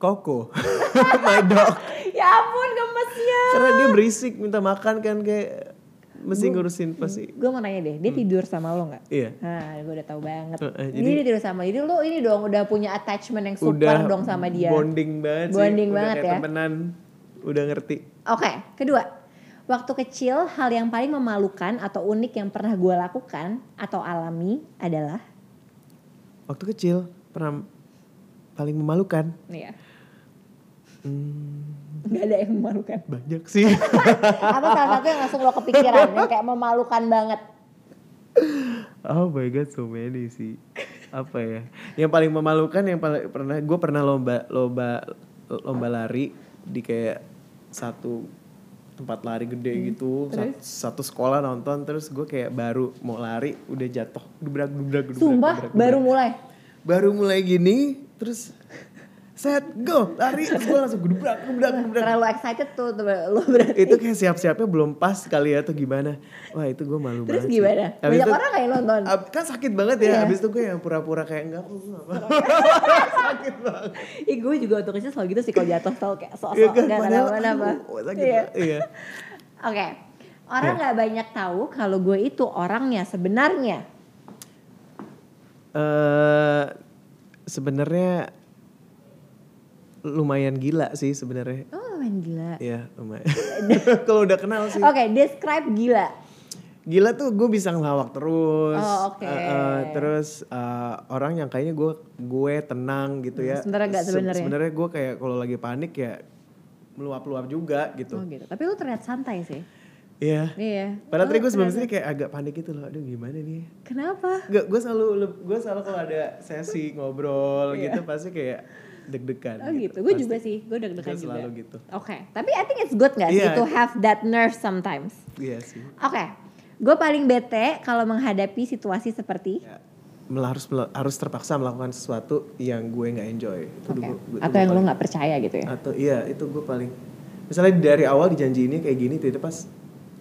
B: Koko my dog
A: Ya ampun ya. gemesnya.
B: karena dia berisik minta makan kan kayak mesti ngurusin pasti
A: Gue mau nanya deh, dia tidur sama lo nggak?
B: iya
A: Nah, gue udah tahu banget.
B: Mm. Eh, eh,
A: Ini
B: jadi-
A: dia tidur sama. Jadi lo ini dong udah punya attachment yang super
B: udah
A: dong sama dia.
B: bonding banget sih.
A: Bonding
B: udah
A: banget
B: kayak
A: ya.
B: temenan udah ngerti
A: Oke, kedua. Waktu kecil, hal yang paling memalukan atau unik yang pernah gue lakukan atau alami adalah
B: waktu kecil pernah paling memalukan
A: Iya.
B: Hmm,
A: Gak ada yang memalukan
B: banyak sih
A: Apa salah satu yang langsung lo kepikiran Yang kayak memalukan banget
B: oh my god so many sih apa ya yang paling memalukan yang paling pernah gue pernah lomba lomba lomba lari di kayak satu tempat lari gede
A: Hmm.
B: gitu sat- satu, sekolah nonton terus gue kayak baru mau lari udah jatuh dubrak dubrak dubrak
A: Sumpah
B: dubrak, dubrak.
A: baru mulai.
B: baru mulai gini terus set go lari terus gue langsung gudubrak gudubrak gudubrak
A: Terlalu excited tuh tuh, lu berarti.
B: itu kayak siap-siapnya belum pas kali ya atau gimana wah itu gue malu
A: Terus
B: banget sih.
A: gimana?
B: Habis
A: Banyak
B: itu-
A: orang kayak nonton. Iya.
B: ab- kan sakit banget ya habis itu gue yang pura-pura kayak enggak aku apa sakit banget
A: Ih gue juga waktu kecil selalu gitu sih kalau jatuh selalu kayak
B: Iya
A: sok-sok
B: kan,
A: nggak
B: padahal,
A: kenapa-kenapa.
B: aduh, wah, sakit Iya.
A: Iya.
B: banget. iya
A: Oke. Orang nggak banyak tahu kalau gue itu orangnya sebenarnya.
B: Eh, sebenarnya lumayan gila sih sebenarnya
A: Oh main gila.
B: Iya lumayan kalau udah kenal Iya sih
A: Oke, describe gila.
B: gila tuh gue bisa ngelawak terus
A: Oh, oke.
B: Eh, eh, terus eh, orang yang kayaknya gue gue tenang gitu ya
A: Sementara nggak
B: Se-
A: Hmm, sebenarnya.
B: sebenarnya gue kayak kalau lagi panik ya meluap-luap juga gitu
A: Oh gitu. Tapi lu terlihat santai sih.
B: iya
A: Iya.
B: padahal tadi gue sebelum sini kayak agak panik gitu loh aduh gimana nih
A: Kenapa?
B: Gak, gue selalu gue selalu kalau ada sesi ngobrol gitu pasti kayak deg-degan
A: Iya. Oh gitu. Gue juga sih. Gue deg-degan
B: Gue
A: juga.
B: selalu gitu.
A: Oke. Tapi I think it's good gak sih
B: Iya.
A: to have that nerve sometimes.
B: iya sih
A: Oke. Gue paling bete kalau menghadapi situasi seperti
B: ya, mel- harus mel- harus terpaksa melakukan sesuatu yang gue nggak enjoy itu
A: Oke.
B: dulu gue-
A: atau
B: gue
A: yang
B: paling-
A: lu nggak percaya gitu ya.
B: atau iya itu gue paling misalnya dari awal dijanji ini kayak gini tiba pas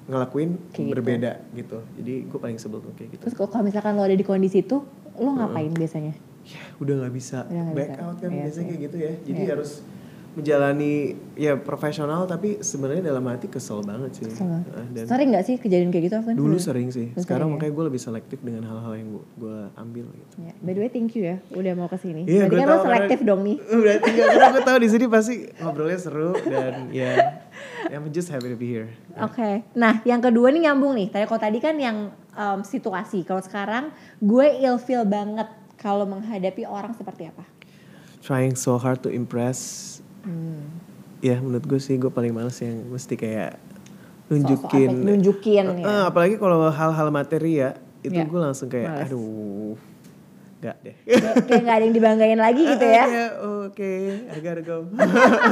B: ngelakuin
A: Kayak gitu.
B: berbeda gitu jadi gue paling sebel tuh kayak gitu
A: Terus kalau kalau misalkan lo ada di kondisi itu, lo ngapain biasanya?
B: ya udah nggak bisa
A: Udah nggak
B: back
A: bisa.
B: out kan
A: Iya
B: biasanya
A: sih.
B: kayak gitu ya jadi
A: Iya.
B: harus menjalani ya profesional tapi sebenarnya dalam hati kesel banget sih
A: Kesel banget.
B: Heeh, Iya. Ah, dan
A: Sering nggak sih kejadian kayak gitu Afgan?
B: dulu sering sih
A: Sering
B: sekarang
A: ya?
B: makanya gue lebih selektif dengan hal-hal yang gue, gue ambil gitu
A: Ya. By the way, thank you ya udah mau kesini. Berarti
B: Iya, gue
A: kan lo
B: tahu karena-
A: selektif dong nih.
B: berarti nggak karena gue tahu di sini pasti ngobrolnya seru dan ya I'm just happy to be here
A: Oke. Nah, yang kedua nih nyambung nih. Tadi kalau tadi kan yang em, situasi. Kalau sekarang gue ilfeel banget kalau menghadapi orang seperti apa.
B: trying so hard to impress
A: Hmm.
B: ya menurut gue sih gue paling males yang mesti kayak nunjukin
A: Sok-sok apa- nunjukin,
B: Eh,
A: ya.
B: eh, apalagi kalau hal-hal materi ya itu
A: Ya,
B: gue langsung kayak
A: males.
B: aduh nggak deh
A: Kayak kayak nggak ada yang dibanggain lagi gitu ya.
B: Ah, oke I gotta go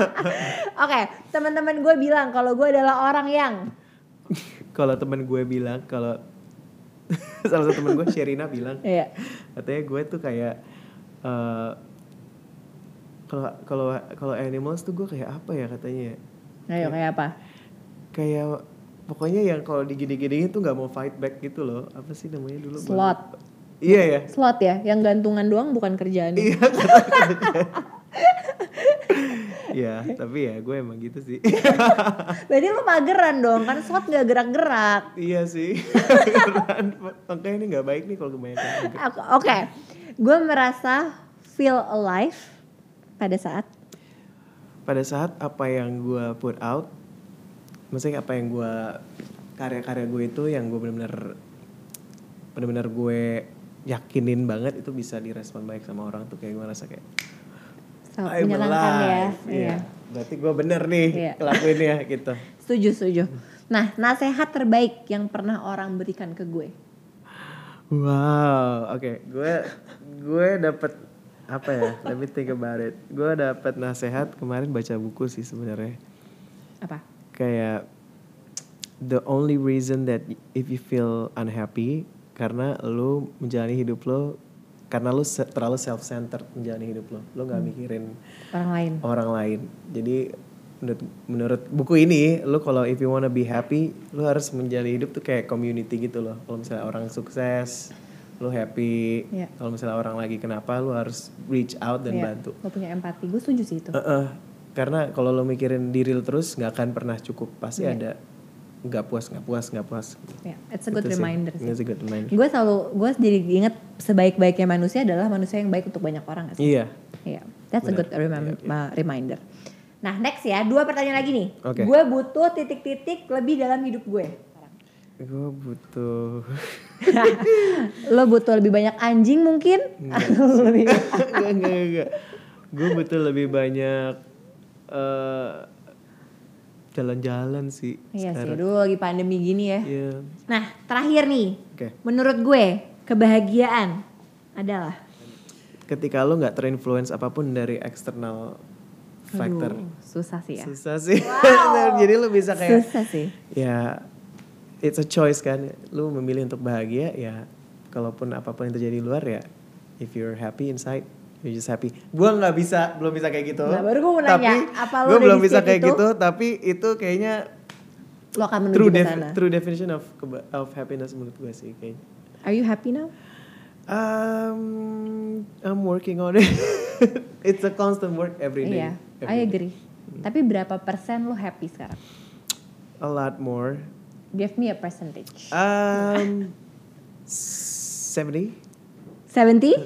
A: Oke, teman-teman gue bilang kalau gue adalah orang yang
B: kalau temen gue bilang kalau salah satu temen gue Sherina bilang
A: Iya.
B: katanya gue tuh kayak eh, kalau kalau kalau animals tuh gue kayak apa ya katanya ya?
A: Ayo kayak apa?
B: kayak pokoknya yang kalau digini-giniin tuh nggak mau fight back gitu loh apa sih namanya dulu gua
A: Slot.
B: lupa. iya ya
A: Slot ya, yang gantungan doang bukan kerjaan.
B: iya ya tapi ya gue emang gitu sih
A: Berarti lu mageran dong, kan slot nggak gerak-gerak.
B: iya sih makanya ini nggak baik nih kalau kebanyakan juga.
A: Aku- Oke, gue merasa feel alive pada saat
B: pada saat apa yang gue put out maksudnya apa yang gue karya-karya gue itu yang gue bener-bener bener-bener gue yakinin banget itu bisa direspon baik sama orang tuh kayak gue ngerasa kayak
A: so,
B: I'm
A: menyenangkan ya.
B: alive. Iya.
A: Iya.
B: Berarti gue bener nih
A: Iya.
B: kelakuinnya gitu.
A: Setuju, setuju. Nah, nasehat terbaik yang pernah orang berikan ke gue.
B: Wow, oke. Gue gue dapet apa ya? Let me think about it. Gue dapet nasehat kemarin baca buku sih sebenarnya.
A: Apa?
B: Kayak the only reason that if you feel unhappy karena lu menjalani hidup lo karena lu se- terlalu self-centered menjalani hidup lo. Lu nggak mikirin
A: Orang lain.
B: orang lain. Jadi menurut, menurut buku ini, lo kalau if you wanna be happy, lo harus menjalani hidup tuh kayak community gitu loh. Kalau misalnya orang sukses, lo happy.
A: Iya.
B: Kalau misalnya orang lagi kenapa, lo harus reach out Oh, dan
A: Iya,
B: bantu. Oh,
A: Gue punya empati, gue setuju sih itu.
B: Eh-eh. Karena kalau lo mikirin diri lo terus, nggak akan pernah cukup. Pasti ada nggak puas, nggak puas, nggak puas.
A: Iya, It's a good
B: Itu sih.
A: reminder sih.
B: It's a good reminder.
A: Gue selalu, gue jadi inget sebaik-baiknya manusia adalah manusia yang baik untuk banyak orang. nggak sih?
B: Iya.
A: Iya, that's a good remem- uh, reminder. Nah, next ya, dua pertanyaan lagi nih.
B: Oke.
A: Gue butuh titik-titik lebih dalam hidup gue.
B: Gue butuh.
A: Lo butuh lebih banyak anjing mungkin? Atau lo lebih
B: Enggak, enggak, enggak. Gue betul lebih banyak eh, jalan-jalan sih
A: Iya sih,
B: sekarang.
A: dulu lagi pandemi gini ya.
B: Iya.
A: Nah, terakhir nih.
B: Oke.
A: Menurut gue, kebahagiaan adalah
B: Ketika lo nggak terinfluence apapun dari eksternal factor.
A: Aduh, susah sih ya.
B: Susah sih. Jadi lu bisa kayak
A: Susah sih.
B: ya it's a choice kan. Lu memilih untuk bahagia ya kalaupun apapun yang terjadi di luar ya if you're happy inside you're just happy. Gua nggak bisa, belum bisa kayak gitu.
A: Nah, baru gua mau
B: Tapi,
A: nanya, apa lu
B: gua
A: udah
B: belum
A: di
B: bisa
A: state
B: kayak
A: itu?
B: gitu, tapi itu kayaknya
A: Lo akan menuju
B: true
A: ke
B: def-
A: sana.
B: true definition of keba- of happiness menurut gue sih kayaknya.
A: Are you happy now?
B: Um, I'm working on it. It's a constant work every day.
A: Iya, I
B: every day. Hmm.
A: agree. Tapi berapa persen lo happy sekarang?
B: A lot more.
A: Give me a percentage.
B: Um, 70.
A: 70?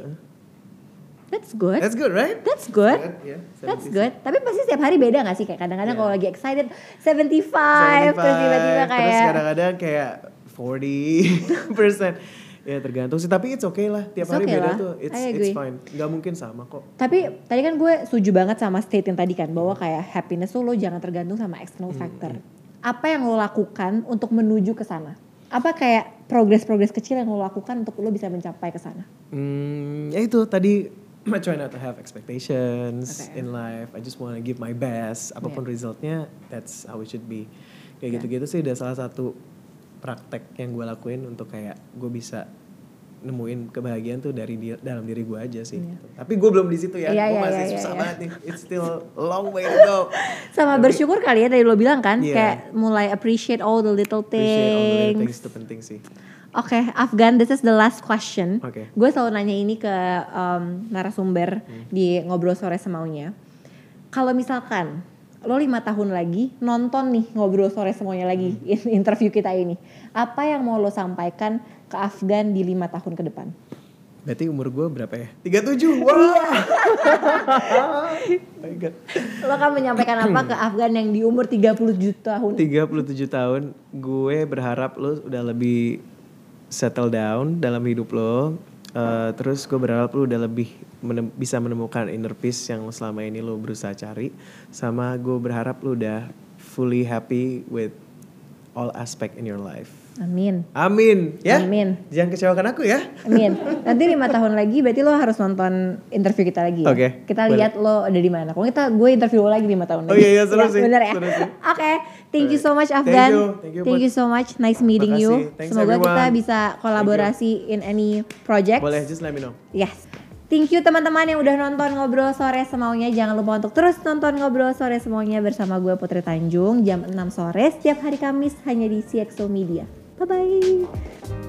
A: That's good.
B: Uh-uh. That's good, right?
A: That's good.
B: Yeah,
A: That's
B: 70.
A: good. Tapi pasti setiap hari beda gak sih? Kayak kadang-kadang
B: Iya.
A: kalau lagi excited 75, terus
B: 75,
A: tiba-tiba
B: terus
A: kayak
B: kadang-kadang kayak 40 persen. ya tergantung sih, tapi it's okay lah. Tiap
A: It's
B: hari
A: okay
B: beda
A: lah.
B: tuh. It's
A: I
B: it's
A: agree.
B: fine. Gak mungkin sama kok.
A: Tapi tadi kan gue setuju banget sama state yang tadi kan bahwa kayak happiness tuh lo jangan tergantung sama external
B: Hmm,
A: factor. Apa yang lo lakukan untuk menuju ke sana? Apa kayak progres-progres kecil yang lo lakukan untuk lo bisa mencapai ke sana?
B: Hmm, ya itu tadi I try not to have expectations
A: Okay.
B: in life. I just want to give my best. Apapun resultnya, that's how it should be. Kayak gitu-gitu sih udah salah satu praktek yang gue lakuin untuk kayak gue bisa nemuin kebahagiaan tuh dari di- dalam diri gue aja sih. Tapi gue belum di situ ya.
A: Iya,
B: gue
A: iya,
B: masih
A: iya,
B: susah
A: iya.
B: banget nih. It's still a long way to go.
A: Sama
B: Tapi-
A: bersyukur kali ya tadi lo bilang kan
B: Iya.
A: kayak mulai appreciate all the little
B: Appreciate all the little
A: things.
B: things itu penting sih.
A: Oke, Afgan, this is the last question.
B: Oke. Hmm.
A: Gue selalu nanya ini ke um, narasumber di ngobrol sore semaunya. Kalau misalkan lo lima tahun lagi nonton nih ngobrol sore semuanya lagi
B: Hmm.
A: in- interview kita ini, apa yang mau lo sampaikan ke Afgan di lima tahun ke depan?
B: Berarti umur gue berapa ya? 37. Wah. Oh my God.
A: Lo kan menyampaikan apa ke Afgan yang di umur 37 tahun?
B: 37 tahun, gue berharap lo udah lebih settle down dalam hidup lo. Eh, terus gue berharap lo udah lebih menem- bisa menemukan inner peace yang selama ini lo berusaha cari. Sama gue berharap lo udah fully happy with all aspect in your life.
A: Amin.
B: Amin, ya.
A: Amin.
B: Jangan kecewakan aku ya.
A: Amin. Nanti lima tahun lagi berarti lo harus nonton interview kita lagi. ya?
B: Oke.
A: Kita
B: Boleh.
A: lihat lo ada di mana. Kalau kita gue interview lo lagi lima tahun lagi.
B: Oh iya, iya,
A: Ya,
B: seru sih,
A: Bener ya.
B: seru
A: Oke.
B: sih.
A: Thank you so much
B: Thank
A: Afgan.
B: you, thank you buat-
A: so much. Nice meeting you.
B: Makasih. Thanks,
A: Semoga kita
B: everyone.
A: bisa kolaborasi in any project.
B: Boleh, just let me know.
A: Yes. Thank you teman-teman yang udah nonton Ngobrol Sore Semaunya. Jangan lupa untuk terus nonton Ngobrol Sore Semaunya bersama gue Putri Tanjung jam 6 sore setiap hari Kamis hanya di CXO Media. Bye-bye.